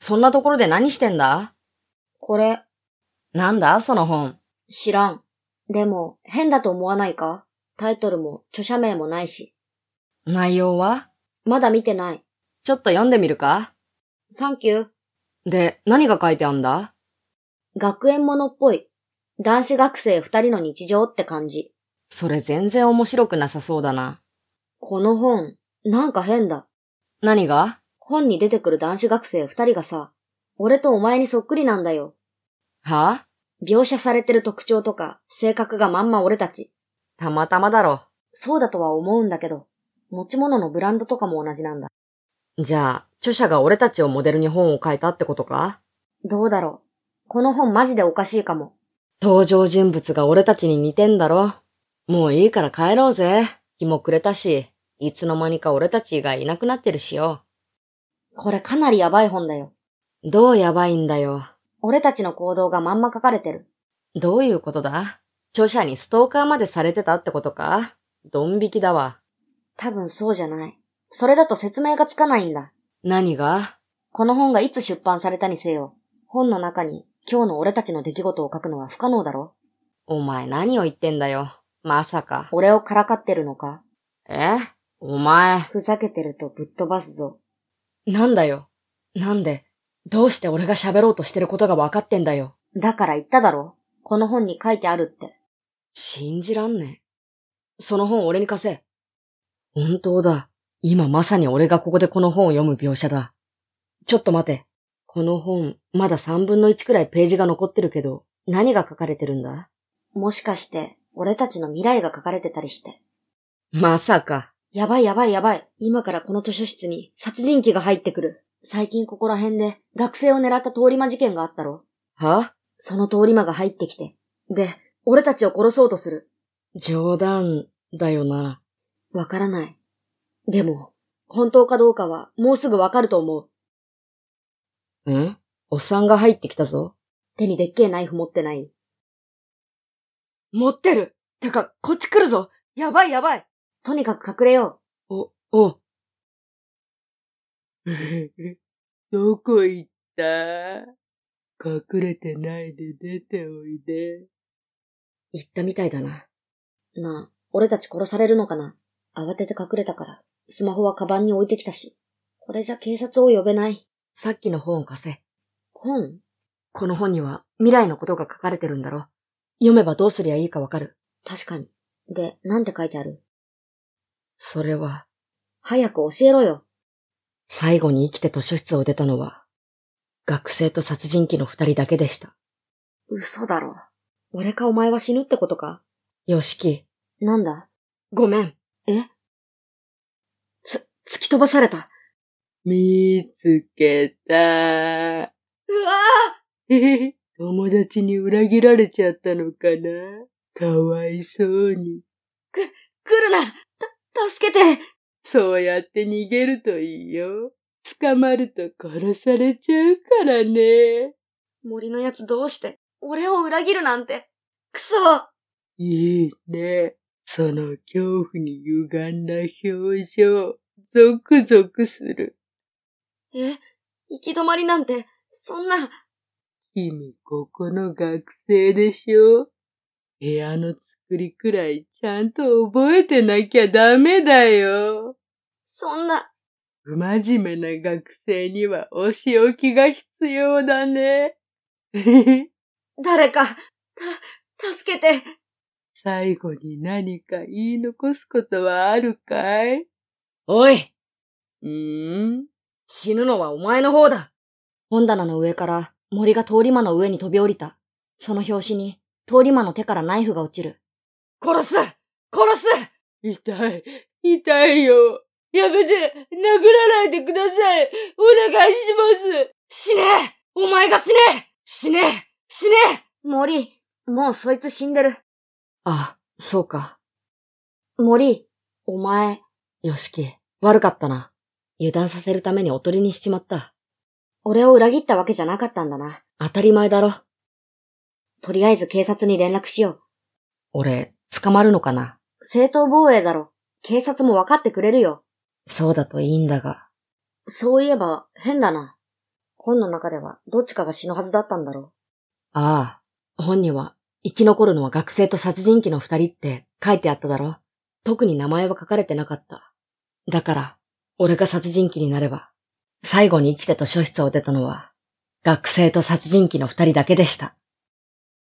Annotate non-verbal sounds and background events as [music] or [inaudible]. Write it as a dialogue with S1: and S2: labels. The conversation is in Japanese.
S1: そんなところで何してんだ
S2: これ、
S1: なんだその本。
S2: 知らん。でも、変だと思わないかタイトルも著者名もないし。
S1: 内容は
S2: まだ見てない。
S1: ちょっと読んでみるか
S2: サンキュー。
S1: で、何が書いてあんだ
S2: 学園ものっぽい。男子学生二人の日常って感じ。
S1: それ全然面白くなさそうだな。
S2: この本、なんか変だ。
S1: 何が
S2: 本に出てくる男子学生二人がさ、俺とお前にそっくりなんだよ。
S1: は
S2: 描写されてる特徴とか、性格がまんま俺たち。
S1: たまたまだろ。
S2: そうだとは思うんだけど、持ち物のブランドとかも同じなんだ。
S1: じゃあ、著者が俺たちをモデルに本を書いたってことか
S2: どうだろう。この本マジでおかしいかも。
S1: 登場人物が俺たちに似てんだろ。もういいから帰ろうぜ。日も暮れたし、いつの間にか俺たちがいなくなってるしよ。
S2: これかなりやばい本だよ。
S1: どうやばいんだよ。
S2: 俺たちの行動がまんま書かれてる。
S1: どういうことだ著者にストーカーまでされてたってことかドン引きだわ。
S2: 多分そうじゃない。それだと説明がつかないんだ。
S1: 何が
S2: この本がいつ出版されたにせよ、本の中に今日の俺たちの出来事を書くのは不可能だろ
S1: お前何を言ってんだよ。まさか。
S2: 俺をからかってるのか
S1: えお前。
S2: ふざけてるとぶっ飛ばすぞ。
S1: なんだよ。なんで、どうして俺が喋ろうとしてることが分かってんだよ。
S2: だから言っただろこの本に書いてあるって。
S1: 信じらんねえ。その本俺に貸せ。本当だ。今まさに俺がここでこの本を読む描写だ。ちょっと待て。この本、まだ三分の一くらいページが残ってるけど、何が書かれてるんだ
S2: もしかして、俺たちの未来が書かれてたりして。
S1: まさか。
S2: やばいやばいやばい。今からこの図書室に殺人鬼が入ってくる。最近ここら辺で学生を狙った通り魔事件があったろ
S1: は
S2: その通り魔が入ってきて。で、俺たちを殺そうとする。
S1: 冗談、だよな。
S2: わからない。でも、本当かどうかはもうすぐわかると思う。
S1: んおっさんが入ってきたぞ。
S2: 手にでっけえナイフ持ってない。
S1: 持ってるてか、こっち来るぞやばいやばい
S2: とにかく隠れよ
S1: お、お。 [laughs] どこ行った隠れてないで出ておいで。行ったみたいだな。
S2: う。なあ、俺たち殺されるのかな慌てて隠れたから。スマホはカバンに置いてきたし。これじゃ警察を呼べない。
S1: さっきの本を貸せ。
S2: 本
S1: この本には未来のことが書かれてるんだろ。読めばどうすりゃいいかわかる。
S2: 確かに。で、なんて書いてある
S1: それは、
S2: 早く教えろよ。
S1: 最後に生きて図書室を出たのは、学生と殺人鬼の二人だけでした。
S2: 嘘だろ。俺かお前は死ぬってことか
S1: よしき、
S2: なんだ
S1: ごめん。
S2: つ、突き飛ばされた。
S1: 見つけた。
S2: うわ
S1: えへへ友達に裏切られちゃったのかなかわいそうに。
S2: 来るなた、助けて
S1: そうやって逃げるといいよ。捕まると殺されちゃうからね。
S2: 森のやつどうして俺を裏切るなんて。くそ
S1: いいね。その恐怖に歪んだ表情、ゾクゾクする。
S2: え、行き止まりなんて、そんな、
S1: 君、ここの学生でしょ部屋の作りくらいちゃんと覚えてなきゃダメだよ。
S2: そんな、
S1: 不真面目な学生にはお仕置きが必要だね。 [laughs]
S2: 誰か、た、助けて。
S1: 最後に何か言い残すことはあるかいおいうん死ぬのはお前の方だ
S2: 本棚の上から森が通り魔の上に飛び降りた。その拍子に通り魔の手からナイフが落ちる。
S1: 殺す殺す痛い痛いよやめて殴らないでくださいお願いします死ねお前が死ね死ね死ね
S2: 森、もうそいつ死んでる。
S1: あ、そうか。
S2: 森、お前、
S1: よしき、悪かったな。油断させるためにおとりにしちまった。
S2: 俺を裏切ったわけじゃなかったんだな。
S1: 当たり前だろ。
S2: とりあえず警察に連絡しよう。
S1: 俺、捕まるのかな
S2: 正当防衛だろ。警察も分かってくれるよ。
S1: そうだといいんだが。
S2: そういえば、変だな。
S3: 本の中ではどっちかが死ぬはずだったんだろ
S2: ああ、本には生き残るのは学生と殺人鬼の二人って書いてあっただろ特に名前は書かれてなかった。だから、俺が殺人鬼になれば、最後に生きて図書室を出たのは、学生と殺人鬼の二人だけでした。